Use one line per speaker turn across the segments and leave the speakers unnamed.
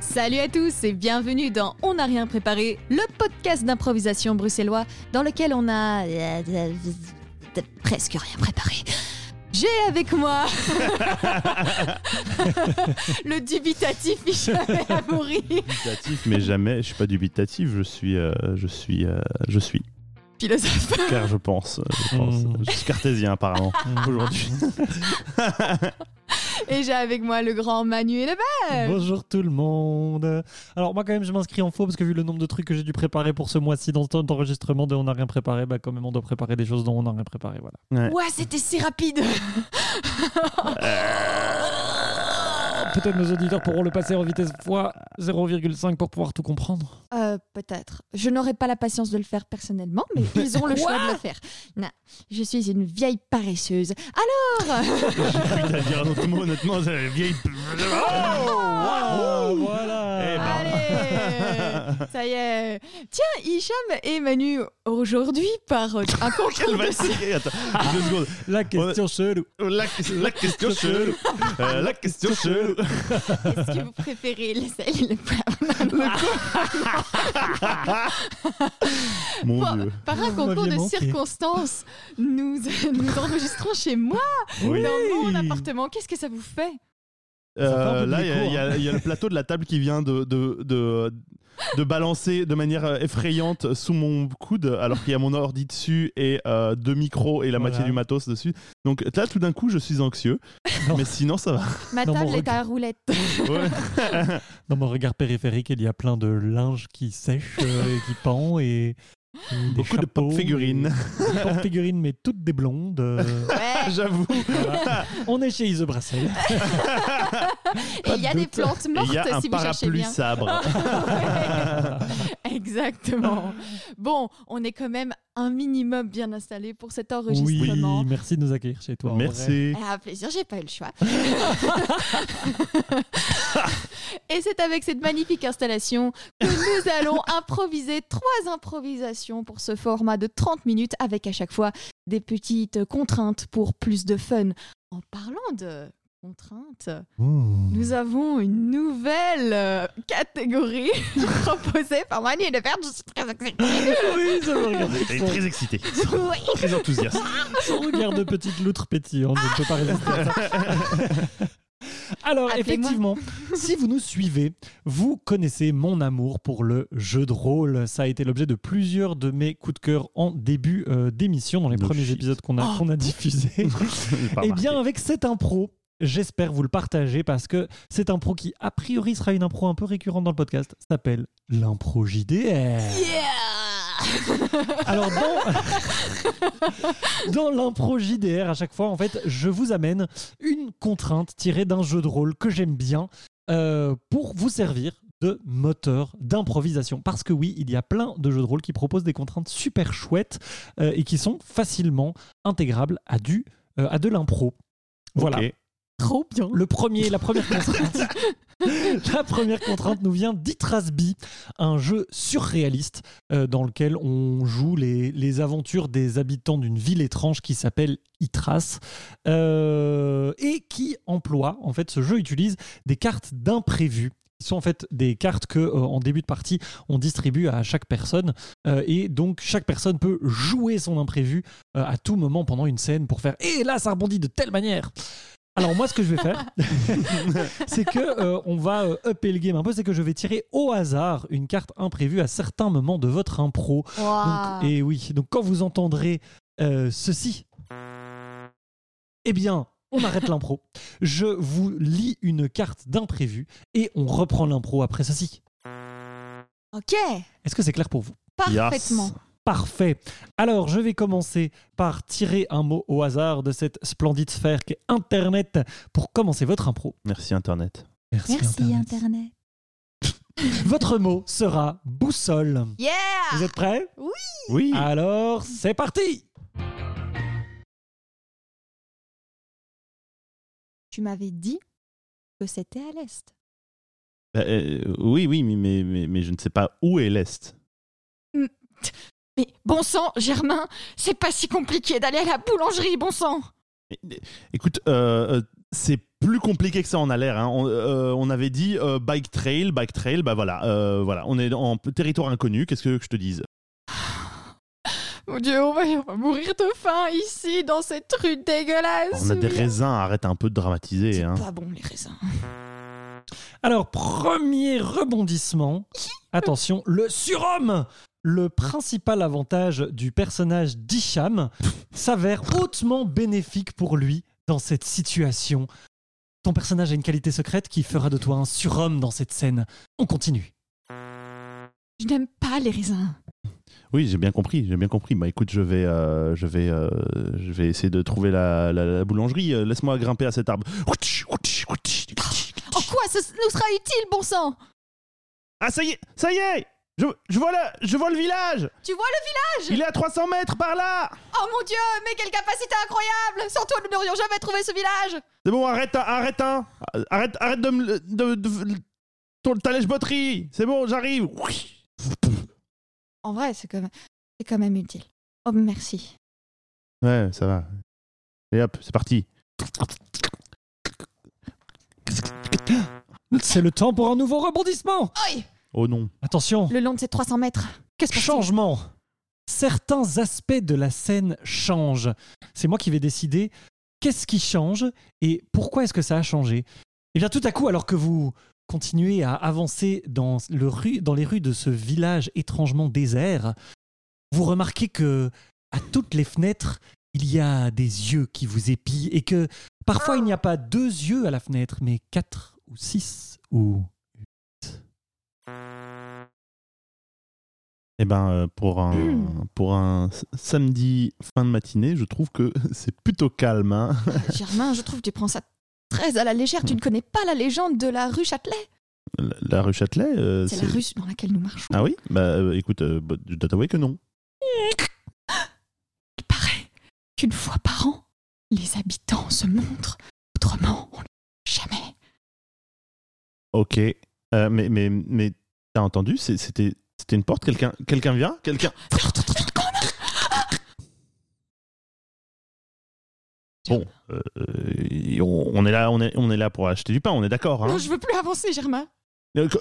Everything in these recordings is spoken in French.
Salut à tous et bienvenue dans On n'a rien préparé, le podcast d'improvisation bruxellois dans lequel on a euh, presque rien préparé. J'ai avec moi le dubitatif Michel Amoury.
Dubitatif, mais jamais, je suis pas dubitatif, je suis, euh, je suis, euh, je suis.
Philosophe.
Car je pense, euh, je pense.
Mmh.
Je suis cartésien apparemment aujourd'hui.
Et j'ai avec moi le grand Manu et le
Bonjour tout le monde. Alors moi quand même je m'inscris en faux parce que vu le nombre de trucs que j'ai dû préparer pour ce mois-ci dans le temps d'enregistrement de on n'a rien préparé, bah quand même on doit préparer des choses dont on n'a rien préparé, voilà.
Ouais.
Ouais, c'était si rapide.
Ah, Peut-être nos auditeurs pourront le passer en vitesse fois 0,5 pour pouvoir tout comprendre.
Euh, peut-être. Je n'aurais pas la patience de le faire personnellement, mais ils ont le choix de le faire. Non, je suis une vieille paresseuse. Alors
T'as dit un autre mot, honnêtement, j'avais vieille.
Oh,
Ah, voilà.
Eh ben.
Allez Ça y est Tiens, Hicham et Manu, aujourd'hui, par euh, un concours de...
Attends, deux secondes.
La question chelou.
La, la question chelou. Euh, la question chelou.
Qu'est-ce que vous préférez, les sels et les poivres
Oh Mon
Bon,
dieu.
Par un
Vous
concours
m'aviez
de
manqué.
circonstances, nous, nous enregistrons chez moi,
Oui.
dans mon appartement. Qu'est-ce que ça vous fait
Euh,
Ça fait un peu
là,
de hein.
il y a-
déco,
il y, a- il y a le plateau de la table qui vient de, de, de, de balancer de manière euh, effrayante sous mon coude, alors qu'il y a mon ordi dessus et euh, deux micros et la moitié
Voilà.
du matos dessus. Donc là, tout d'un coup, je suis anxieux.
Non.
Mais sinon, ça va.
Ma
Dans mon
table est
regard.
à roulette.
Ouais.
Dans mon regard périphérique, il y a plein de linge qui sèche euh, et qui pend et et des
Beaucoup de
chapeaux,
pop-figurines.
et- des pop-figurines mais toutes des blondes. euh,
Ouais.
J'avoue.
voilà. On est chez Ise Brassel.
Et il y a
de
des
doute.
plantes
Et Il
mortes
y a un
si vous cherchez
parapluie
bien.
sabre.
Exactement. Bon, on est quand même un minimum bien installé pour cet
Oui,
enregistrement.
merci de nous accueillir chez toi. en vrai.
Merci.
Ah, plaisir, j'ai pas eu le choix. Et c'est avec cette magnifique installation que nous allons improviser trois improvisations pour ce format de 30 minutes avec à chaque fois des petites contraintes pour plus de fun. En parlant de contraintes,
Mmh.
nous avons une nouvelle euh, catégorie proposée par Manu de je suis très excitée.
Oui, ça me regarde.
Elle est
Son-
très excitée,
Oui.
très enthousiaste.
Son regard de petite loutre pétillante, je ne peux pas résister à ça. Alors,
Appelez-moi.
effectivement, si vous nous suivez, vous connaissez mon amour pour le jeu de rôle. Ça a été l'objet de plusieurs de mes coups de cœur en début euh, d'émission, dans les
No
premiers
shit.
épisodes qu'on a,
Oh.
qu'on a diffusés.
J'ai pas
Eh
remarqué.
bien, avec cette impro, j'espère vous le partager parce que cette impro qui, a priori, sera une impro un peu récurrente dans le podcast, s'appelle l'impro JDR.
Yeah
Alors dans, dans l'impro JDR, à chaque fois, en fait, je vous amène une contrainte tirée d'un jeu de rôle que j'aime bien euh, pour vous servir de moteur d'improvisation. Parce que oui, il y a plein de jeux de rôle qui proposent des contraintes super chouettes euh, et qui sont facilement intégrables à, du, euh, à de l'impro. Voilà.
Ok.
Trop bien.
Le premier, la première contrainte. La première contrainte nous vient d'Itrasby, un jeu surréaliste euh, dans lequel on joue les, les aventures des habitants d'une ville étrange qui s'appelle Itras euh, et qui emploie, en fait, ce jeu utilise des cartes d'imprévus qui sont en fait des cartes que euh, en début de partie on distribue à chaque personne euh, et donc chaque personne peut jouer son imprévu euh, à tout moment pendant une scène pour faire et là ça rebondit de telle manière alors moi ce que je vais faire c'est que euh, on va euh, upper le game un peu c'est que je vais tirer au hasard une carte imprévue à certains moments de votre impro
Waouh.
donc, et oui, donc quand vous entendrez euh, ceci, eh bien, on arrête l'impro. Je vous lis une carte d'imprévu et on reprend l'impro après ceci.
Ok,
Est-ce que c'est clair pour vous
parfaitement.
Yes.
Parfait. Alors, je vais commencer par tirer un mot au hasard de cette splendide sphère qu'est Internet pour commencer votre impro.
Merci Internet.
Merci,
Merci
Internet.
Internet.
Votre mot sera boussole.
Yeah
Vous êtes prêts
Oui.
Ah. Alors, c'est parti
Tu m'avais dit que c'était à l'est.
Bah, euh, oui, oui, mais, mais, mais, mais je ne sais pas où est l'Est.
Mais bon sang, Germain, c'est pas si compliqué d'aller à la boulangerie, bon sang
Mais, mais, Écoute, euh, euh, c'est plus compliqué que ça en a l'air. hein. On, euh, on avait dit euh, bike trail, bike trail, bah voilà, euh, voilà, on est en p- territoire inconnu. Qu'est-ce que tu veux que je te dise
Mon dieu, on va, on va mourir de faim ici, dans cette rue dégueulasse.
On a des
Oui.
raisins, arrête un peu de dramatiser.
Ah, C'est
hein.
pas bon, les raisins.
Alors, premier rebondissement. Attention, le surhomme Le principal avantage du personnage d'Isham s'avère hautement bénéfique pour lui dans cette situation. Ton personnage a une qualité secrète qui fera de toi un surhomme dans cette scène. On continue.
Je n'aime pas les raisins.
Oui, j'ai bien compris, j'ai bien compris. Bah écoute, je vais, euh, je vais, euh, je vais essayer de trouver la, la- la boulangerie. Euh, Laisse-moi grimper à cet arbre.
En quoi ça nous sera utile, bon sang
Ah ça y est, ça y est, je, je vois le, je vois le village.
Tu vois le
Il est à 300 mètres par là.
village Oh mon dieu, mais quelle capacité incroyable Sans toi, nous n'aurions jamais trouvé ce village
C'est bon, arrête, arrête, hein. arrête, arrête de me, de, de, ton- ta lèche-botterie. C'est bon, j'arrive.
En vrai, c'est quand même, c'est quand même utile. Oh, merci.
Ouais, ça va. Et hop, c'est parti.
C'est le temps pour un nouveau rebondissement
Aïe
Oh non.
Attention
Le long de ces 300 mètres. Qu'est-ce que
Changement. Certains aspects de la scène changent. C'est moi qui vais décider qu'est-ce qui change et pourquoi est-ce que ça a changé. Et bien tout à coup, alors que vous continuez à avancer dans, le rue, dans les rues de ce village étrangement désert, vous remarquez que à toutes les fenêtres, il y a des yeux qui vous épient et que parfois il n'y a pas deux yeux à la fenêtre, mais quatre ou six ou
Eh ben, euh, pour un,
Hmm.
pour un s- samedi fin de matinée, je trouve que c'est plutôt calme. hein.
Germain, je trouve que tu prends ça très à la légère. Tu ne connais pas la légende de la rue Châtelet
La, la rue Châtelet. euh,
C'est la rue dans laquelle nous marchons.
Ah oui Bah euh, écoute, euh, bah, je dois t'avouer que non.
Il paraît qu'une fois par an, les habitants se montrent. Autrement, on ne jamais.
Ok. Euh, mais mais, mais t'as entendu C'est- C'était c'était une porte Quelqu'un quelqu'un vient Quelqu'un Bon, euh, euh, on, on est là, on est, on est là pour acheter du pain, on est d'accord. Hein
Non, je veux plus avancer, Germain.
Euh, co-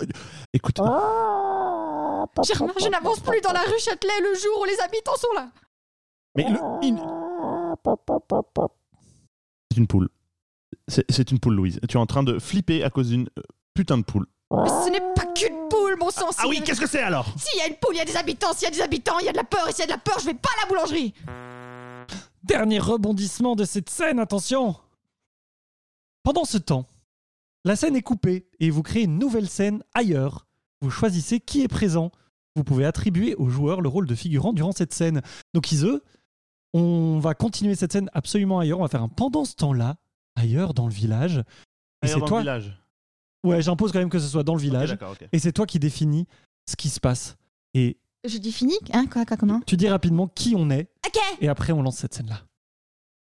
Écoute,
Germain, je n'avance plus dans la rue Châtelet le jour où les habitants sont là.
mais le- il- c'est une poule. C'est c'est une poule, Louise. Tu es en train de flipper à cause d'une euh, putain de poule.
Mais ce n'est pas qu'une poule, mon sang.
Ah
s'il y
oui,
a-
qu'est-ce que c'est alors
S'il y a une poule, il y a des habitants. S'il y a des habitants, il y a de la peur. Et s'il y a de la peur, je vais pas à la boulangerie.
Dernier rebondissement de cette scène, attention Pendant ce temps, la scène est coupée et vous créez une nouvelle scène ailleurs. Vous choisissez qui est présent. Vous pouvez attribuer aux joueurs le rôle de figurant durant cette scène. Donc ils, eux, on va continuer cette scène absolument ailleurs. On va faire un pendant ce temps-là, ailleurs dans le village. Et c'est toi
village.
Ouais, j'impose quand même que ce soit dans le village.
d'accord, ok.
et c'est toi qui définis ce qui se passe. Et
Je dis fini, hein Quoi, quoi, comment
tu dis rapidement qui on est
Ok.
et après on lance cette scène-là.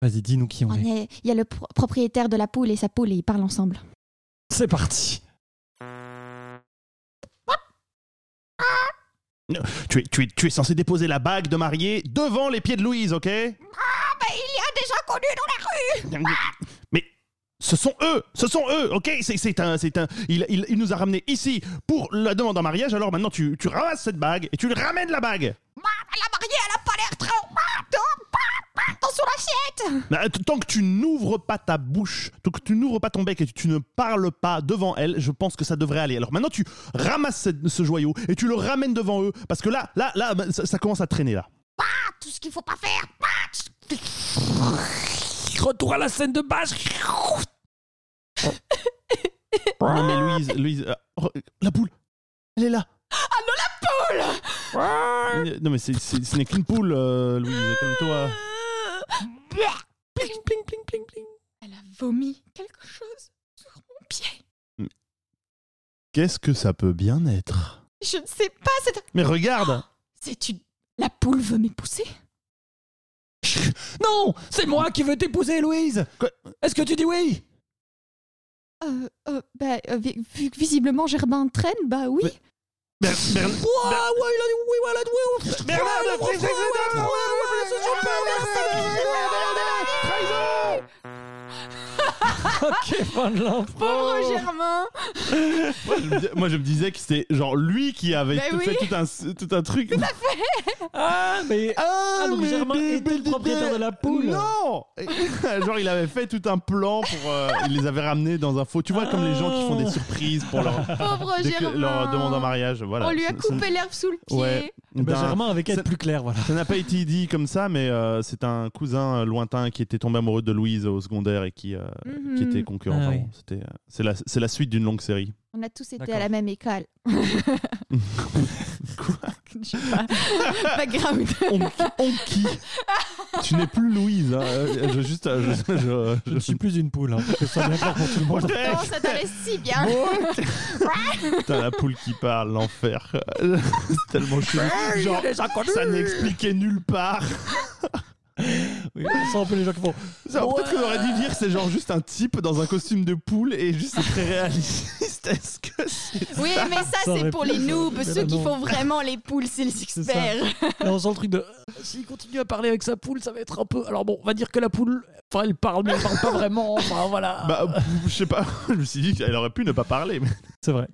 Vas-y, dis-nous qui on
On
est.
est- Il y a le pro- propriétaire de la poule et sa poule et ils parlent ensemble.
C'est parti
Tu es, tu, es, tu es censé déposer la bague de mariée devant les pieds de Louise, ok
Il y a des inconnus dans la rue.
Mais ce sont eux, ce sont eux, ok C'est- C'est un, c'est un. Il, il, il nous a ramenés ici pour la demande en mariage. Alors maintenant, tu, tu ramasses cette bague et tu le ramènes la bague.
La mariée, elle a pas l'air trop. Attention l'assiette.
Mais, euh, t- tant que tu n'ouvres pas ta bouche, tant que tu n'ouvres pas ton bec et que tu ne parles pas devant elle, je pense que ça devrait aller. Alors maintenant, tu ramasses cette- ce joyau et tu le ramènes devant eux parce que là, là, là, bah, ça, ça commence à traîner là.
Tout ce qu'il faut pas faire.
Retour à la scène de base.
Non mais Louise, Louise, euh, re- la poule, elle est là. Ah non, la poule Non mais c'est- c'est- ce n'est qu'une poule, euh, Louise, comme toi.
Pling, pling, pling, pling, pling.
Elle a vomi quelque chose sur mon pied.
Qu'est-ce que ça peut bien être
Je ne sais pas. C'est
Mais
Ah,
regarde
c'est une. La poule veut m'épouser.
Non, c'est moi qui veux t'épouser, Louise.
Quoi
Est-ce que tu dis oui
Euh, euh, bah, euh, vi- vu que visiblement Germain traîne, bah oui.
Mais- Ber- Bern- Bernard, c'est- c'est- c'est- c'est-
ok, fin de l'impro.
Pauvre
Oh.
Germain
Moi, je me, dis- moi, je me disais que c'était genre lui qui avait
Mais
tout-
oui.
fait tout un, tout un truc.
Ah, mais.
Ah,
Ah, donc
mais
Germain
bébé,
était le
bébé.
propriétaire de la poule.
Non Genre, il avait fait tout un plan pour. euh, il les avait ramenés dans un faux. Tu vois, comme les gens qui font des surprises pour leur,
Pauvre
dès que-
Germain
leur demande en mariage. Voilà.
Ah, On lui a
Ça- ça-
coupé l'herbe sous le pied.
Ouais.
Eh ben,
d'un-
Germain avec être
c'est-
plus clair, voilà.
Ça n'a pas été dit comme ça, mais euh, c'est un cousin euh, lointain qui était tombé amoureux de Louise au secondaire et qui, euh,
Mhm.
qui était concurrent.
Ah
Enfin
oui.
bon, c'était, euh, c'est, la, c'est la suite d'une longue série.
On a tous été
D'accord.
à la même école. Je sais pas. Background.
Onki, Onki. Tu n'es plus Louise. hein. Euh, Je, juste, euh, je- je-
Je
je-
ne suis plus une poule, hein, que ça soit bien clair pour tout le monde.
Protège.
Non, ça t'allait si bien.
Putain, la poule qui parle, l'enfer. c'est tellement chelou. Genre, ça n'expliquait nulle part.
Oui, c'est un peu les gens qui font.
Genre, Peut-être qu'on aurait dû dire c'est genre juste un type dans un costume de poule et juste c'est très réaliste. Est-ce que c'est
Oui,
ça
mais ça,
aurait
c'est pour
pu-
les noobs,
Mais
ceux
non,
qui
non.
font vraiment les poules, c'est les
ça.
experts.
Et on sent le truc de. euh, S'il continue à parler avec sa poule, ça va être un peu. Alors bon, on va dire que la poule. Enfin, elle parle, mais elle parle pas vraiment. Enfin, voilà.
Bah, je sais pas. Je me suis dit qu'elle aurait pu ne pas parler. Mais
c'est vrai.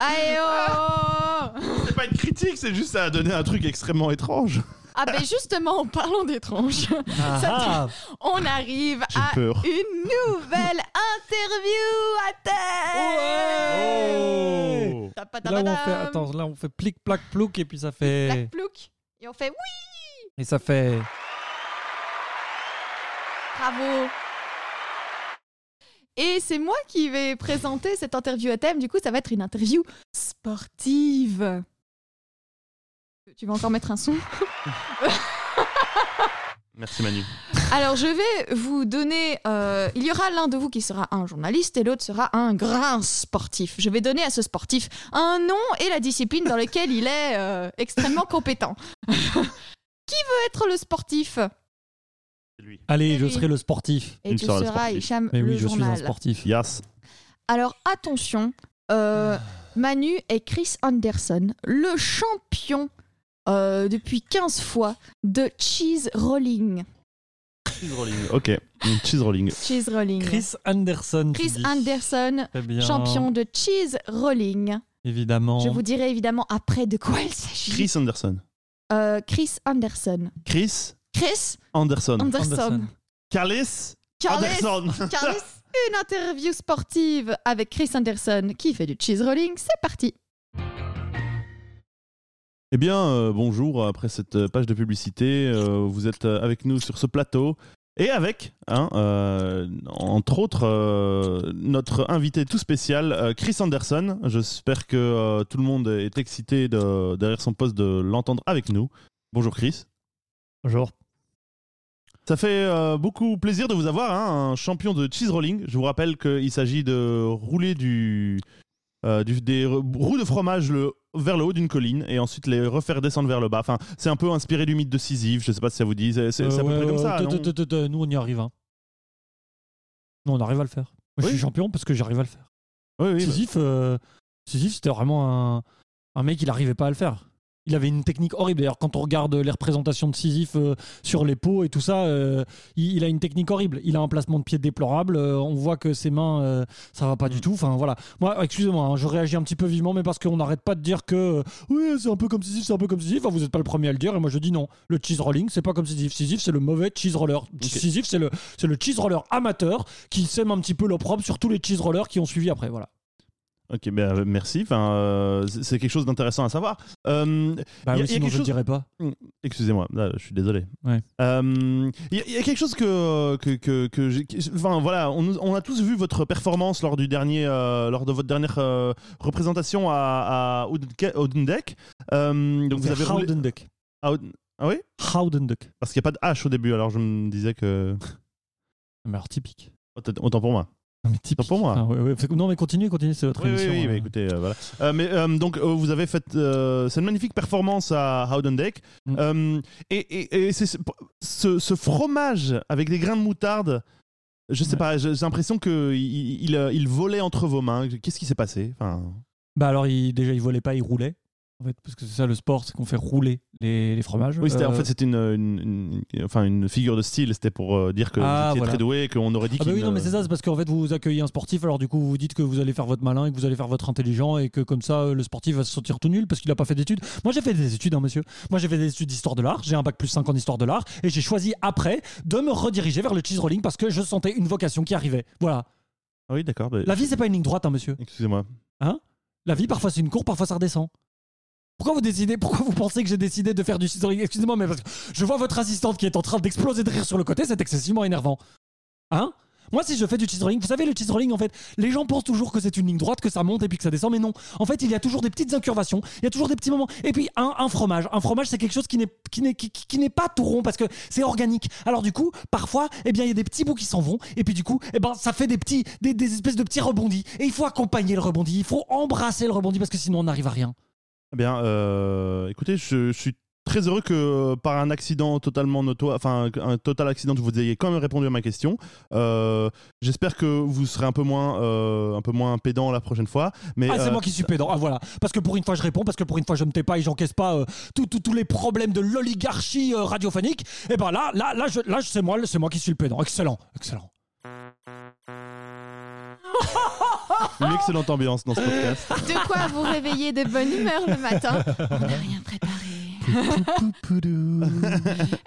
Aïe, oh
c'est pas une critique, c'est juste ça a donné un truc extrêmement étrange.
Ah ben justement, en parlant d'étranges,
Ah,
on arrive
J'ai
à
peur.
une nouvelle interview à terre
Oh. Là où on fait.
Tapatabadam.
Attends, là on fait plic, plac, plouc, et puis ça fait.
Plac, plouc. Et on fait oui,
Et ça fait.
bravo Et c'est moi qui vais présenter cette interview à thème, du coup ça va être une interview sportive. Tu vas encore mettre un son
Merci Manu.
Alors, je vais vous donner. euh, il y aura l'un de vous qui sera un journaliste et l'autre sera un grand sportif. Je vais donner à ce sportif un nom et la discipline dans laquelle il est euh, extrêmement compétent. qui veut être le sportif
C'est lui.
Allez,
C'est
je
lui.
serai le sportif.
Et
Il
tu
sera le
seras
sportif.
Hicham
Mais
le
oui, je suis un
journal.
sportif.
Yas.
Alors, attention.
Ah.
euh, Manu et Chris Anderson, le champion euh, depuis 15 fois de cheese rolling.
Cheese rolling. Ok. Mm, Cheese rolling.
Cheese rolling.
Chris Anderson. tu
Chris
dis.
Anderson,
Très bien.
champion de cheese rolling.
Évidemment.
Je vous dirai évidemment après de quoi il s'agit.
Chris Anderson.
Euh, Chris Anderson.
Chris
Chris
Anderson.
Anderson.
Carlis
Carles-
Anderson.
Carles, une interview sportive avec Chris Anderson qui fait du cheese rolling. C'est parti.
Eh bien, euh, bonjour. Après cette euh, page de publicité, euh, vous êtes euh, avec nous sur ce plateau. Et avec, hein, euh, entre autres, euh, notre invité tout spécial, euh, Chris Anderson. J'espère que euh, tout le monde est excité de- derrière son poste de l'entendre avec nous. Bonjour Chris.
Bonjour.
Ça fait euh, beaucoup plaisir de vous avoir, hein, un champion de cheese rolling. Je vous rappelle qu'il s'agit de rouler du, euh, du- des re- roues de fromage le- vers le haut d'une colline et ensuite les refaire descendre vers le bas. Enfin, c'est un peu inspiré du mythe de Sisyphe. Je sais pas si ça vous dit. C'est c'est- c'est à peu
Euh,
près
ouais,
comme
ouais,
ça.
te-
non
te- te- te- Nous, on y arrive. hein. Nous, on arrive à le faire. Moi, Je
Oui.
suis champion parce que j'arrive à le faire.
Oui, oui, bah,
Sisyphe, euh, Sisyphe, c'était vraiment un, un mec, il n'arrivait pas à le faire. Il avait une technique horrible. D'ailleurs, quand on regarde les représentations de Sisyphe euh, sur les pots et tout ça, euh, il, il a une technique horrible. Il a un placement de pied déplorable. euh, on voit que ses mains, euh, ça va pas
Mm.
du tout. Enfin, voilà. Moi, excusez-moi, hein, je réagis un petit peu vivement, mais parce qu'on n'arrête pas de dire que euh, oui, c'est un peu comme Sisyphe, c'est un peu comme Sisyphe. Enfin, vous n'êtes pas le premier à le dire. Et moi, je dis non. Le cheese rolling, c'est pas comme Sisyphe. Sisyphe, c'est le mauvais cheese roller. Sisyphe, c'est le, c'est le cheese roller amateur qui sème un petit peu l'opprobre sur tous les cheese rollers qui ont suivi après. Voilà.
Ok, bah, euh, merci. Enfin, euh, c'est c'est quelque chose d'intéressant à savoir. Euh,
Bah
Il y a- il
oui,
y a
sinon
quelque
je ne
chose-
dirais pas.
Excusez-moi, là, je suis désolé.
Ouais.
Euh, Il y, a- il y a quelque chose que que que, que j'ai- qui- enfin voilà, on, nous- on a tous vu votre performance lors du dernier, euh, lors de votre dernière euh, représentation à, à Odenke- Odendeck. Euh, donc vous avez roulé
Howdenduck.
à Oden- ah oui
Howdenduck.
Parce qu'il n'y a pas de H au début, alors je me disais que
Mais alors typique.
autant autant pour moi.
Non mais typique.
Pas pour moi.
Ah, ouais, ouais. Fait que- Non mais continue, continue, c'est votre
Oui, oui,
émission.
oui,
euh.
mais écoutez, euh, voilà. Euh, mais euh, donc, euh, vous avez fait euh, cette magnifique performance à Howden Deck.
Mm.
Euh, et et- et c'est ce, ce- ce fromage avec des grains de moutarde, je sais
Ouais.
pas, j'ai j'ai l'impression qu'il il, il, euh, il volait entre vos mains. Qu'est-ce qui s'est passé enfin,
Bah alors il, déjà il volait pas, il roulait. En fait, parce que c'est ça le sport, c'est qu'on fait rouler les, les fromages.
Oui, c'était- en
Euh,
fait, c'était une, une- une- enfin, une figure de style. C'était pour euh, dire que
Ah,
vous étiez
voilà.
très doué et qu'on aurait dit
Ah bah
qu'il
oui, non,
ne-
mais c'est ça, c'est parce qu'en fait, vous accueillez un sportif, alors du coup, vous vous dites que vous allez faire votre malin et que vous allez faire votre intelligent et que comme ça, euh, le sportif va se sentir tout nul parce qu'il n'a pas fait d'études. Moi, j'ai fait des études, hein, monsieur. Moi, j'ai fait des études d'histoire de l'art, j'ai un bac plus 5 en histoire de l'art et j'ai choisi après de me rediriger vers le cheese rolling parce que je sentais une vocation qui arrivait. Voilà.
Ah oui, d'accord. bah,
La vie, c'est pas une ligne droite, hein, monsieur.
Excusez-moi.
La vie, parfois, c'est une courbe, parfois, ça redescend. Pourquoi vous décidez, pourquoi vous pensez que j'ai décidé de faire du cheese rolling Excusez-moi, mais parce que je vois votre assistante qui est en train d'exploser de rire sur le côté, c'est excessivement énervant. Hein Moi, si je fais du cheese rolling, vous savez, le cheese rolling, en fait, les gens pensent toujours que c'est une ligne droite, que ça monte et puis que ça descend, mais non. En fait, il y a toujours des petites incurvations, il y a toujours des petits moments. Et puis, un, un fromage. Un fromage, c'est quelque chose qui n'est, qui, n'est, qui, qui- qui n'est pas tout rond parce que c'est organique. Alors, du coup, parfois, eh bien, il y a des petits bouts qui s'en vont, et puis, du coup, eh ben, ça fait des, petits, des, des espèces de petits rebondis. Et il faut accompagner le rebondi, il faut embrasser le rebondi parce que sinon, on n'arrive à rien.
Eh bien, euh, écoutez, je, je suis très heureux que euh, par un accident totalement notoire, enfin un total accident, vous ayez quand même répondu à ma question. Euh, J'espère que vous serez un peu moins, euh, un peu moins pédant la prochaine fois. Mais
ah, c'est
euh,
moi qui suis pédant. Ah, voilà. Parce que pour une fois, je réponds, parce que pour une fois, je me tais pas et j'encaisse pas euh, tout- tout- tous les problèmes de l'oligarchie euh, radiophonique. Et ben là, là, là, je, là je- c'est moi, c'est moi qui suis le pédant. Excellent, excellent.
une excellente ambiance dans ce podcast.
De quoi vous réveiller de bonne humeur le matin On n'a rien préparé.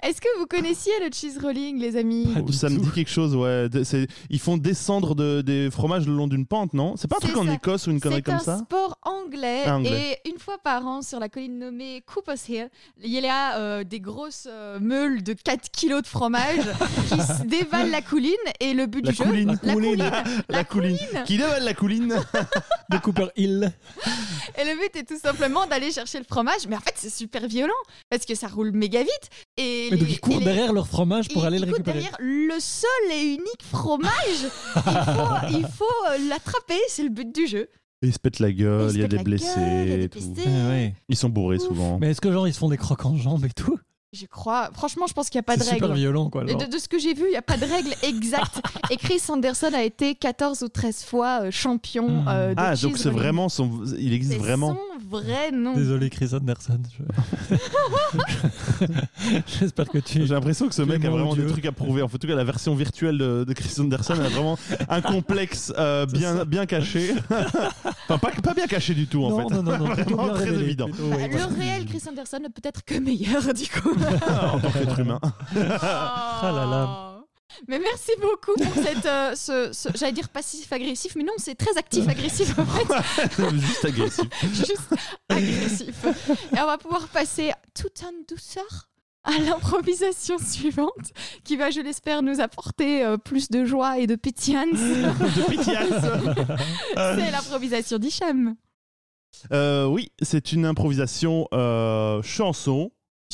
Est-ce que vous connaissiez le cheese rolling, les amis
Pas du
Ça me
tout.
dit quelque chose, ouais. De- c'est- Ils font descendre de- des fromages le long d'une pente, non C'est pas un
C'est
truc en
ça.
Écosse ou une connerie
C'est
comme
un
ça
sport anglais,
Ah, anglais.
et une fois par an sur la colline nommée Cooper's Hill, il y a euh, des grosses euh, meules de 4 kilos de fromage qui se dévalent la colline et le but
La
du jeu...
couline.
La couline,
La
la
couline.
couline.
Qui dévale la couline
De Cooper Hill.
Et le but est tout simplement d'aller chercher le fromage, mais en fait c'est super violent parce que ça roule méga vite et
Mais donc
les-
ils courent
et les-
derrière leur fromage pour
il-
aller le
il court
récupérer.
derrière le seul et unique fromage. il faut, il faut, euh, l'attraper, c'est le but du jeu.
Ils se pètent la
Ils
gueule,
se
Oh, il y a
pètent
des
la
blessés.
gueule, il y a des
et tout.
blessés.
Ah ouais.
Ils sont bourrés
Ouf.
souvent.
Mais est-ce que genre ils se font des crocs en jambes et tout
Je crois, franchement, je pense qu'il n'y a pas de
C'est super
règle.
violent quoi.
Et
genre.
De, de ce que j'ai vu, il n'y a pas de règle exacte. Et Chris Anderson a été 14 ou 13 fois euh, champion
Mm.
euh, de
Ah, donc
cheese
c'est
rolling.
vraiment son. Il
C'est
existe vraiment.
son vrai nom.
Désolé Chris Anderson. je- J'espère que tu.
J'ai l'impression que ce mec a
Clément
vraiment des
Dieu.
trucs à prouver. En fait, en tout cas, la version virtuelle de, de Chris Anderson a vraiment un complexe euh,
C'est
bien,
ça.
bien caché. enfin, pas, pas bien caché du tout, en
Non,
fait.
non, non, non, plutôt
Vraiment
bien
très
révélé.
évident.
Plutôt, ouais, voilà.
Euh, Le réel Chris Anderson ne peut être que meilleur, du coup.
en tant qu'être humain.
Ah
là
Mais merci beaucoup pour cette, euh, ce, ce- j'allais dire passif agressif, mais non, c'est très actif agressif en fait,
Juste agressif.
juste agressif. Et on va pouvoir passer tout en douceur à l'improvisation suivante, qui va, je l'espère, nous apporter euh, plus de joie et de pétiance.
de pitié.
C'est l'improvisation d'Hicham.
Euh, oui, c'est une improvisation euh, chanson.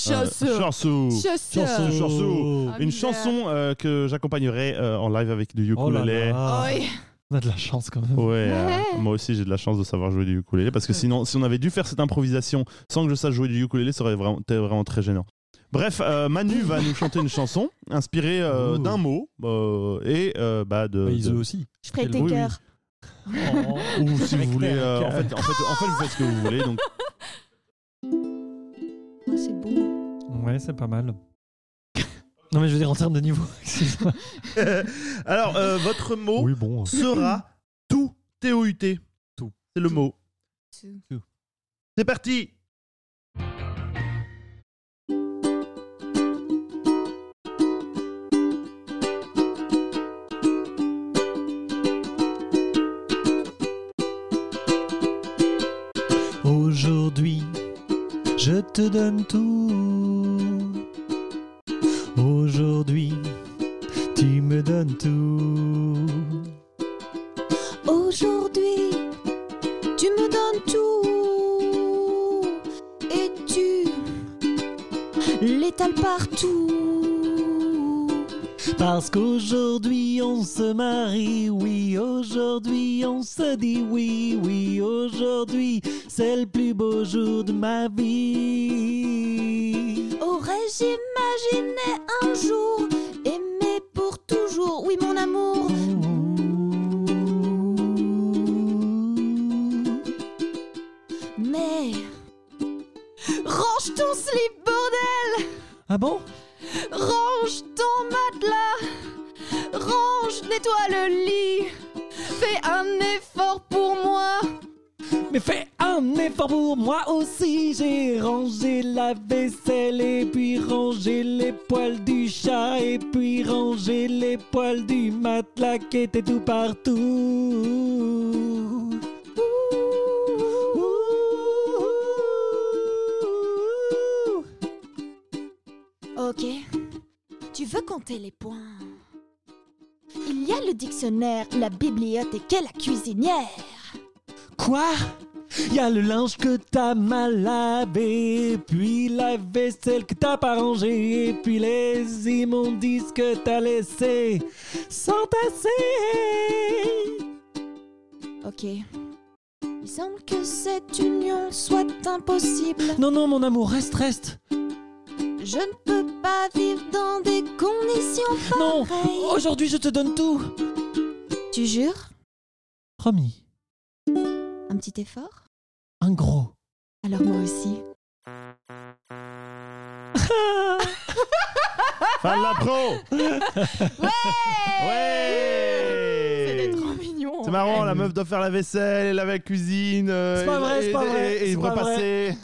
Euh,
Chasseur.
chanson.
Chasseur.
Chanson.
Ah,
Une
misère.
chanson euh, que j'accompagnerai euh, en live avec du
Oh là
ukulélé.
là.
Oui.
On a de la chance quand même.
Ouais, euh,
Ouais. Mm.
moi aussi j'ai de la chance de savoir jouer du ukulélé parce que sinon, si on avait dû faire cette improvisation sans que je sache jouer du ukulélé, ça aurait vraiment, été vraiment très gênant. Bref, euh, Manu va nous chanter une chanson inspirée euh,
Ouh.
d'un mot euh, et euh, bah, de.
Mais ils
de-
eux aussi.
Je ferai
Oui,
tes
oui.
cœurs.
Oh,
Ou si vous voulez, euh, en,
Avec
fait, en, fait, en fait, vous faites ce que vous voulez. Donc,
Oh, c'est bon.
Ouais, c'est pas mal. Non mais je veux dire en termes de niveau. excuse-moi.
alors euh, votre mot
oui bon. euh,
sera tout, T-O-U-T.
Tout.
C'est le mot. C'est parti
Aujourd'hui, je te donne tout. Aujourd'hui, tu me donnes tout.
Aujourd'hui, tu me donnes tout et tu l'étales partout.
Parce qu'aujourd'hui, on se marie, oui. Aujourd'hui, on se dit oui, oui. Aujourd'hui, c'est le plus beau jour de ma vie.
Aurais-je imaginé un jour aimer pour toujours, oui mon amour. Mais Range ton slip, bordel
Ah bon
Range ton matelas Range, nettoie le lit Fais un effort pour moi
Mais fais un effort pour moi aussi. J'ai rangé la vaisselle et puis rangé les poils du chat et puis rangé les poils du matelas qui étaient tout partout. Ouh.
Ok. Tu veux compter les points Il y a le dictionnaire, la bibliothèque et la cuisinière.
Quoi y a le linge que t'as mal lavé, puis la vaisselle que t'as pas rangée, et puis les immondices que t'as laissés s'entasser.
Ok. Il semble que cette union soit impossible.
Non, non, mon amour, reste, reste.
Je ne peux pas vivre dans des conditions
Non,
pareilles.
aujourd'hui je te donne tout.
Tu jures
Promis,
Un petit effort
un gros.
Alors moi aussi.
Fin de l'impro Ouais
C'est d'être trop mignon.
C'est
en
marrant,
vrai.
la meuf doit faire la vaisselle, laver la cuisine. euh,
C'est pas
et-
vrai, c'est
et-
pas vrai,
Et, et
c'est pas
repasser.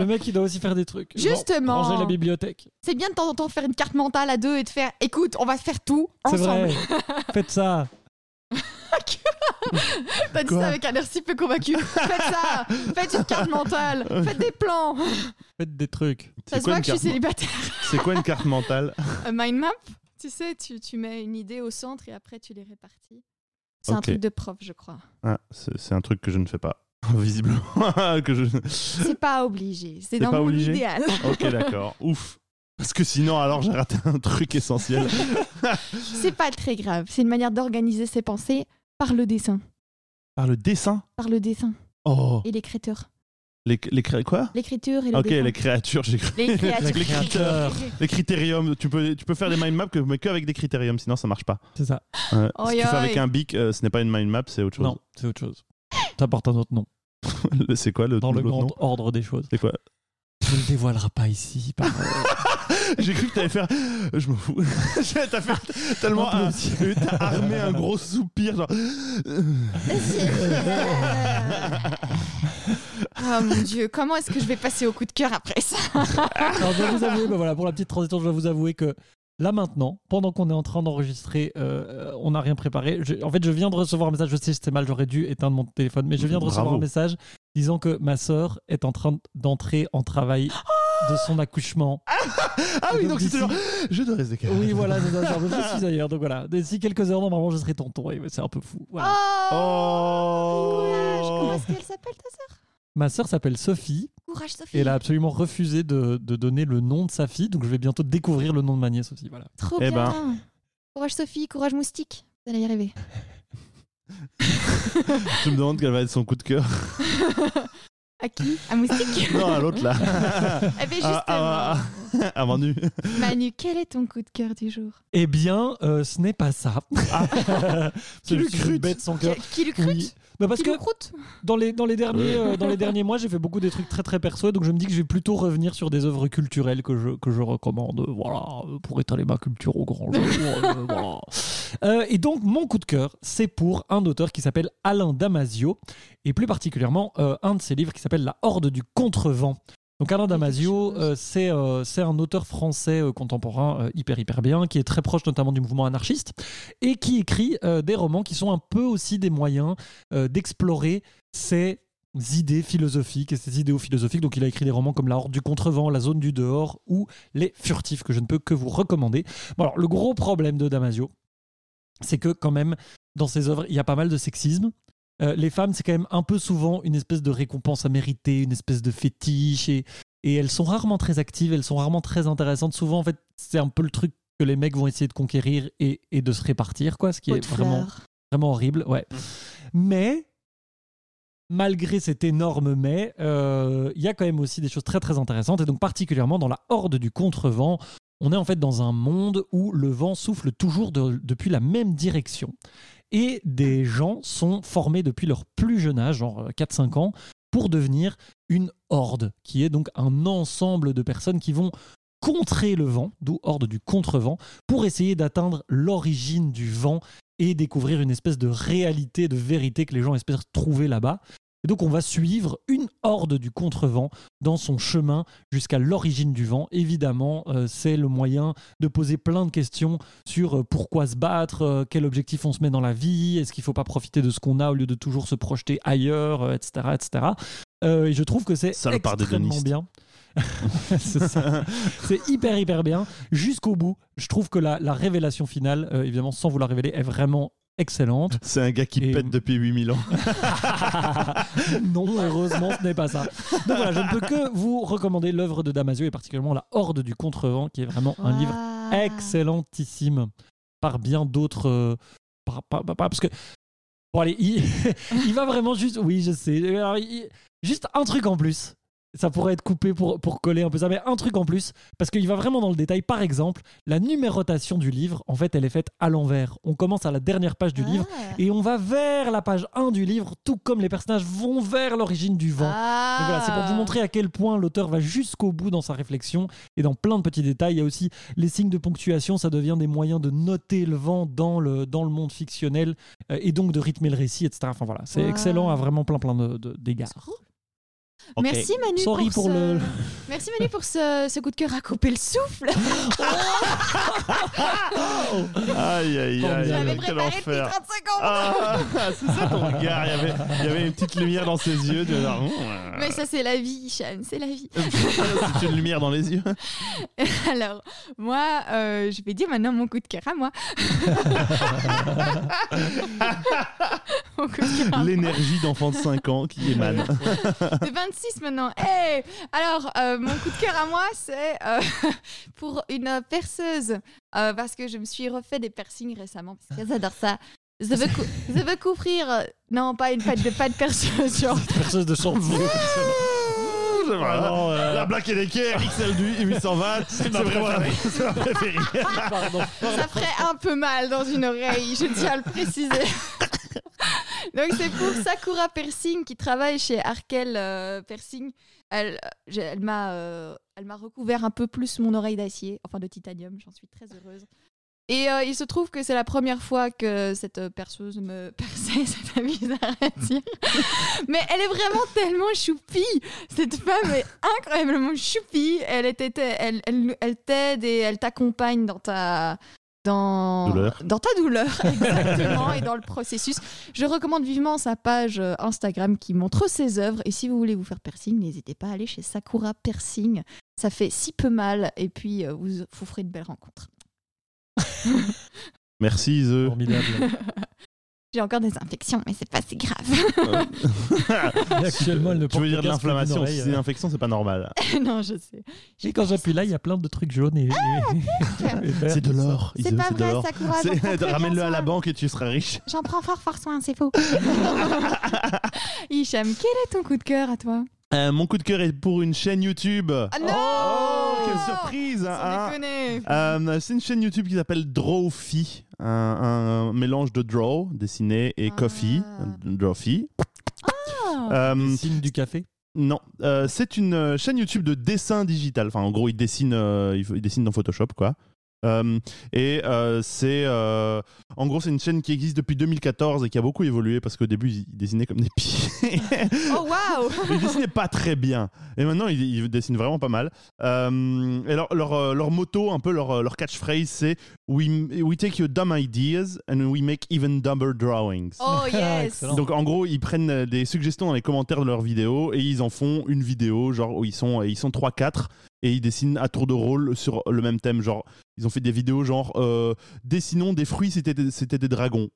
Le mec, il doit aussi faire des trucs. Genre,
Justement.
ranger la bibliothèque.
C'est bien de temps en temps faire une carte mentale à deux et de faire écoute, on va faire tout
C'est
ensemble.
vrai. Faites ça.
T'as dit
Quoi
ça avec un air si peu convaincu. Faites ça Faites une carte mentale Faites des plans
Faites des trucs.
Ça se
quoi
voit
une
que je suis
carte
célibataire.
C'est quoi une carte mentale
Un Euh, mind map Tu sais, tu, tu mets une idée au centre et après tu les répartis. C'est un
Ok.
truc de prof, je crois.
Ah, C'est c'est un truc que je ne fais pas. Visiblement. que je...
C'est pas obligé. C'est dans
pas
mon
obligé
idéal.
Ok, d'accord. Ouf. Parce que sinon, alors j'ai raté un truc essentiel.
C'est pas très grave. C'est une manière d'organiser ses pensées par le dessin.
Par Ah, le dessin
Par le dessin
Oh
et l'écriture.
Les, les cré- Quoi
L'écriture et le
Ok,
dessin.
les créatures, j'ai cru.
Les créatures.
Les créateurs. Les critériums, tu peux, tu peux faire des mind maps que, mais que avec des critériums, sinon ça marche pas.
C'est ça.
Ouais.
Oh,
si tu
yeah,
fais avec
yeah.
un bic, euh, ce n'est pas une mind map, c'est autre chose.
Non, c'est autre chose. T'apportes un autre nom.
Le- c'est quoi le,
Dans le
l'autre
grand
nom
ordre des choses.
C'est quoi
Je ne le dévoilerai pas ici. par-
J'ai cru que t'allais faire. euh, Je m'en fous. T'as fait tellement.
Un peu
un-
aussi.
T'as armé un gros soupir, genre. euh,
Oh mon dieu, comment est-ce que je vais passer au coup de cœur après ça
Alors, je dois vous avouer, ben voilà, pour la petite transition, je dois vous avouer que là maintenant, pendant qu'on est en train d'enregistrer, euh, on n'a rien préparé. Je- en fait, je viens de recevoir un message. Je sais, c'était mal, j'aurais dû éteindre mon téléphone, mais je viens de recevoir
Bravo.
un message disant que ma sœur est en train d'entrer en travail de son accouchement.
Ah oui,
Donc
donc
d'ici-
c'était genre. Je dois rester calme.
Oui, voilà, c'est ça. genre, je suis ailleurs, donc voilà. D'ici quelques heures, normalement, je serai tonton. Et c'est un peu fou.
Ah.
voilà.
Courage, comment
Oh
est-ce qu'elle s'appelle ta sœur
Ma sœur s'appelle Sophie
Courage Sophie.
et elle a absolument refusé de, de donner le nom de sa fille, donc je vais bientôt découvrir le nom de ma nièce aussi. Voilà.
Trop
Eh
bien. Courage Sophie, courage moustique. Vous allez y arriver.
Tu me demandes quel va être son coup de cœur.
À qui À moustique
Non, à l'autre là.
Eh bien justement.
Ah, ah, ah, ah, Manu.
Manu, quel est ton coup de cœur du jour
Eh bien, euh, ce n'est pas ça.
Qui
C'est
l'eût
juste une
crut
bête sans
Qui,
cœur.
qui le crute
Oui. Bah, parce
Qui
que
le croûte
dans les, dans, les derniers,
Ouais.
euh, dans les derniers mois, j'ai fait beaucoup des trucs très très perso, et donc je me dis que je vais plutôt revenir sur des œuvres culturelles que je, que je recommande, euh, voilà, euh, pour étaler ma culture au grand jour. euh, voilà. Euh, et donc, mon coup de cœur, c'est pour un auteur qui s'appelle Alain Damasio, et plus particulièrement euh, un de ses livres qui s'appelle La Horde du Contrevent. Donc Alain Damasio,
chose.
euh, c'est euh, c'est un auteur français euh, contemporain euh, hyper hyper bien, qui est très proche notamment du mouvement anarchiste, et qui écrit euh, des romans qui sont un peu aussi des moyens euh, d'explorer ces idées philosophiques et ces idéaux philosophiques. Donc il a écrit des romans comme La Horde du Contrevent, La Zone du Dehors ou Les Furtifs, que je ne peux que vous recommander. Bon, alors le gros problème de Damasio, c'est que quand même, dans ses œuvres, il y a pas mal de sexisme. Euh, les femmes, c'est quand même un peu souvent une espèce de récompense à mériter, une espèce de fétiche, et, et elles sont rarement très actives, elles sont rarement très intéressantes. Souvent, en fait, c'est un peu le truc que les mecs vont essayer de conquérir et, et de se répartir, quoi, ce qui
Pot
est
de
vraiment
fleurs.
vraiment horrible, ouais. Mais malgré cet énorme mais, euh, il y a quand même aussi des choses très très intéressantes et donc particulièrement dans la horde du contrevent, on est en fait dans un monde où le vent souffle toujours de- depuis la même direction et des gens sont formés depuis leur plus jeune âge, genre euh, 4-5 ans, pour devenir une horde, qui est donc un ensemble de personnes qui vont contrer le vent, d'où horde du contrevent, pour essayer d'atteindre l'origine du vent et découvrir une espèce de réalité, de vérité que les gens espèrent trouver là-bas. Et donc on va suivre une horde du contrevent dans son chemin jusqu'à l'origine du vent. Évidemment, euh, c'est le moyen de poser plein de questions sur euh, pourquoi se battre, euh, quel objectif on se met dans la vie, est-ce qu'il ne faut pas profiter de ce qu'on a au lieu de toujours se projeter ailleurs, euh, etc. etc. Euh, et je trouve que c'est
Salopard
extrêmement
d'hédoniste.
bien. c'est ça. C'est hyper hyper bien. Jusqu'au bout, je trouve que la, la révélation finale, euh, évidemment sans vous la révéler, est vraiment excellente.
C'est un gars qui
Et-
pète depuis 8000 ans.
non, heureusement, ce n'est pas ça. Donc voilà, je ne peux que vous recommander l'œuvre de Damasio et particulièrement La Horde du Contrevent, qui est vraiment un livre
Ah.
excellentissime par bien d'autres. euh, par- par- par- par- parce que. Bon, allez, il, il va vraiment juste. Oui, je sais. Alors, il- juste un truc en plus. Ça pourrait être coupé pour, pour coller un peu ça, mais un truc en plus, parce qu'il va vraiment dans le détail. Par exemple, la numérotation du livre, en fait, elle est faite à l'envers. On commence à la dernière page du livre
Ah.
et on va vers la page 1 du livre, tout comme les personnages vont vers l'origine du vent.
Ah.
Donc voilà, c'est pour vous montrer à quel point l'auteur va jusqu'au bout dans sa réflexion et dans plein de petits détails. Il y a aussi les signes de ponctuation, ça devient des moyens de noter le vent dans le, dans le monde fictionnel euh, et donc de rythmer le récit, etc. Enfin voilà, c'est
Wow.
excellent à vraiment plein plein de- de- d'égards.
Ok.
Merci Manu
Sorry
pour,
pour
ce...
le-
Merci Manu pour ce, ce coup de cœur à couper le souffle.
Ah,
Aïe, aïe, aïe.
Formidable.
J'avais
Quel
préparé depuis
enfer.
30 secondes.
Ah, c'est ça ton regard. Il y avait, il y avait une petite lumière dans ses yeux. Tu vois, genre, hmm.
Mais ça c'est la vie, Chan, c'est la vie.
C'est une lumière dans les yeux.
Alors, moi, euh, je vais dire maintenant mon coup de cœur à moi. mon coup de cœur à moi.
L'énergie d'enfant de 5 ans qui émane.
C'est 26 maintenant. Hey Alors, euh, mon coup de cœur à moi, c'est euh, pour une perceuse. Euh, parce que je me suis refait des piercings récemment. Parce que j'adore ça. Je veux, cou- je veux couvrir. euh, Non, pas une patte de pas de perceuse, genre.
Perceuse de chantier.
Voilà. La blague est d'équerre, XL du 820, Ah euh. c'est
ma
vraiment- c'est ma préférée.
Pardon.
Ça ferait un peu mal dans une oreille, je tiens à le préciser. Donc c'est pour Sakura Persing qui travaille chez Arkel euh, Persing. Elle, j'ai- elle m'a euh, elle m'a recouvert un peu plus mon oreille d'acier, enfin de titanium, j'en suis très heureuse. Et euh, il se trouve que c'est la première fois que cette euh, perceuse me perçait, c'est pas bizarre à dire. Mais elle est vraiment tellement choupie. Cette femme est incroyablement choupie. Elle, était, elle, elle, elle t'aide et elle t'accompagne dans ta... Dans,
Douleur.
dans ta douleur, exactement, et dans le processus. Je recommande vivement sa page euh, Instagram qui montre ses œuvres. Et si vous voulez vous faire piercing, n'hésitez pas à aller chez Sakura Piercing. Ça fait si peu mal, et puis euh, vous, vous ferez de belles rencontres.
Merci, Iseu.
Formidable.
J'ai encore des infections, mais c'est pas si grave.
Et actuellement, elle ne
Tu
porte
veux dire
le
de
casque que d'une
l'inflammation hein. Si
oreille,
c'est une
euh.
infection, c'est pas normal.
non, je sais.
Et quand j'appuie là, il y a plein de trucs jaunes et. et- et verts.
C'est de l'or. Iseu,
C'est pas
de
vrai,
l'or.
Sakura.
C'est-
j'en prends très
Ramène-le
bien
à la
soin.
banque et tu seras riche.
J'en prends fort, fort soin, c'est faux. Hicham, quel est ton coup de cœur à toi
Euh, mon coup de cœur est pour une chaîne YouTube.
Ah non
Oh, quelle surprise
Sans
hein.
déconner.
Euh, C'est une chaîne YouTube qui s'appelle Drawfee, un, un mélange de draw, dessiné, et
Ah.
coffee, Drawfee. Euh,
Signe du café.
Non, Euh, c'est une euh, chaîne YouTube de dessin digital. Enfin, en gros, il dessine, euh, il, f- il dessine dans Photoshop, quoi. Euh, et euh, c'est, euh, en gros, c'est une chaîne qui existe depuis 2014 et qui a beaucoup évolué parce qu'au début, il dessinait comme des pieds.
Oh waouh
il dessinait pas très bien. Et maintenant, il, il dessine vraiment pas mal. Euh, et leur, leur, euh, leur motto, un peu leur, euh, leur catchphrase, c'est we, we take your dumb ideas and we make even dumber drawings.
Oh yes
Excellent.
Ah, Donc en gros, ils prennent euh, des suggestions dans les commentaires de leurs vidéos et ils en font une vidéo, genre où ils sont, euh, ils sont 3-4 et ils dessinent à tour de rôle sur le même thème. Genre, ils ont fait des vidéos genre euh, dessinons des fruits, c'était des, c'était des dragons.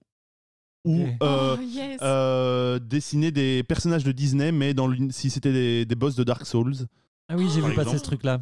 Ou
Ok.
euh,
Oh yes
euh, dessiner des personnages de Disney, mais dans l'une- si c'était des, des boss de Dark Souls.
Ah oui, j'ai
Par
vu passer
exemple.
ce truc-là.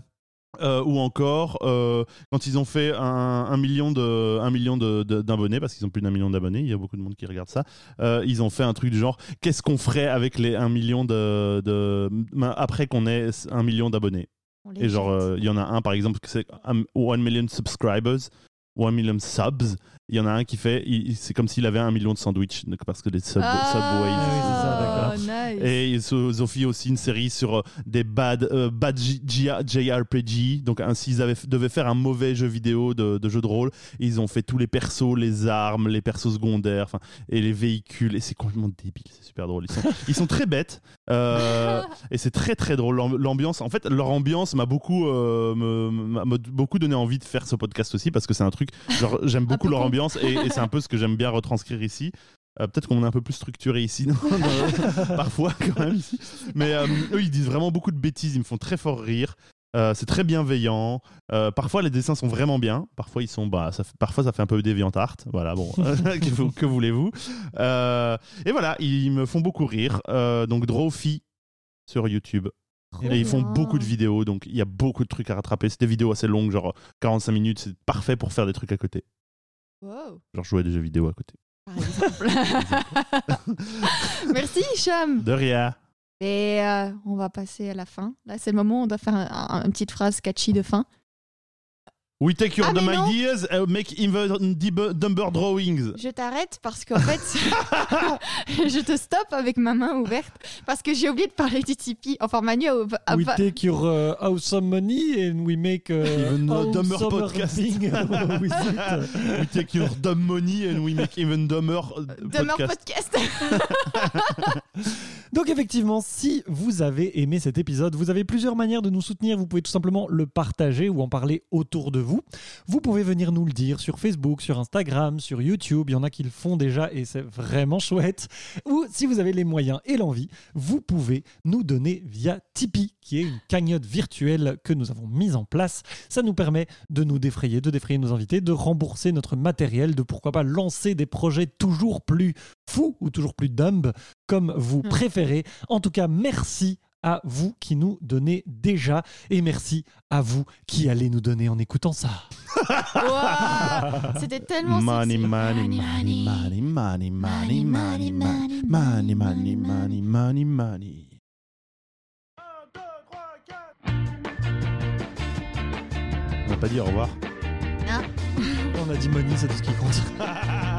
Euh, ou encore euh, quand ils ont fait un, un million de un million de- de- d'abonnés parce qu'ils ont plus d'un million d'abonnés il y a beaucoup de monde qui regarde ça euh, ils ont fait un truc du genre qu'est-ce qu'on ferait avec les un million de, de- ben, après qu'on ait un million d'abonnés
On les
et genre
jette.
euh, il y en a un par exemple que c'est um, one million subscribers ou un million subs, il y en a un qui fait, il- il- c'est comme s'il avait un million de sandwichs, donc parce que les sub, Subway,
Ah oui, c'est ça, d'accord.
Oh, nice.
Et so- Sophie aussi une série sur euh, des bad, euh, bad J- J- JRPG. Donc ainsi ils avaient, f- devaient faire un mauvais jeu vidéo de, de jeu de rôle. Et ils ont fait tous les persos, les armes, les persos secondaires, enfin, et les véhicules. Et c'est complètement débile, c'est super drôle. Ils sont, ils sont très bêtes. euh, et c'est très très drôle. L'amb- L'ambiance, en fait, leur ambiance m'a beaucoup, euh, me- m'a- m'a beaucoup donné envie de faire ce podcast aussi parce que c'est un truc. Genre j'aime beaucoup
peu
leur
con.
ambiance et, et c'est un peu ce que j'aime bien retranscrire ici. Euh, Peut-être qu'on est un peu plus structuré ici, non euh, parfois quand même ici. Mais euh, eux, ils disent vraiment beaucoup de bêtises, ils me font très fort rire. Euh, c'est très bienveillant. Euh, parfois, les dessins sont vraiment bien. Parfois, ils sont bah, ça fait- parfois ça fait un peu déviantarte. Voilà, bon, que, vou- que voulez-vous. Euh, et voilà, ils me font beaucoup rire. Euh, donc, Drawfee sur YouTube.
Trop
Et ils font
bien.
beaucoup de vidéos, donc il y a beaucoup de trucs à rattraper. C'est des vidéos assez longues, genre 45 minutes. C'est parfait pour faire des trucs à côté.
Wow.
Genre jouer à des jeux vidéo à côté.
Par exemple. Merci, Hicham.
De rien.
Et euh, on va passer à la fin. Là, c'est le moment où on doit faire un- un- une petite phrase catchy de fin.
We take your
Ah, mais
dumb
non.
ideas and make even deeper- dumber drawings.
Je t'arrête parce qu'en fait, je te stoppe avec ma main ouverte parce que j'ai oublié de parler du Tipeee. Enfin, Manu a, ouv- a
we
pas-
take your uh, awesome money and we make uh,
Even a dumber
awesome
podcast.
thing with it.
We take your dumb money and we make even dumber euh,
Demeure
podcast.
podcast.
Donc effectivement, si vous avez aimé cet épisode, vous avez plusieurs manières de nous soutenir. Vous pouvez tout simplement le partager ou en parler autour de vous. Vous pouvez venir nous le dire sur Facebook, sur Instagram, sur YouTube. Il y en a qui le font déjà et c'est vraiment chouette. Ou si vous avez les moyens et l'envie, vous pouvez nous donner via Tipeee, qui est une cagnotte virtuelle que nous avons mise en place. Ça nous permet de nous défrayer, de défrayer nos invités, de rembourser notre matériel, de pourquoi pas lancer des projets toujours plus fous ou toujours plus dumb comme vous
Mm.
préférez. En tout cas, merci à vous qui nous donnez déjà et merci à vous qui allez nous donner en écoutant ça.
Wow. C'était tellement
Money,
sexy.
money, money, money, money, money, money, money, money, money, money, money, money. On va pas dire au revoir.
On a dit money, c'est tout ce qui compte.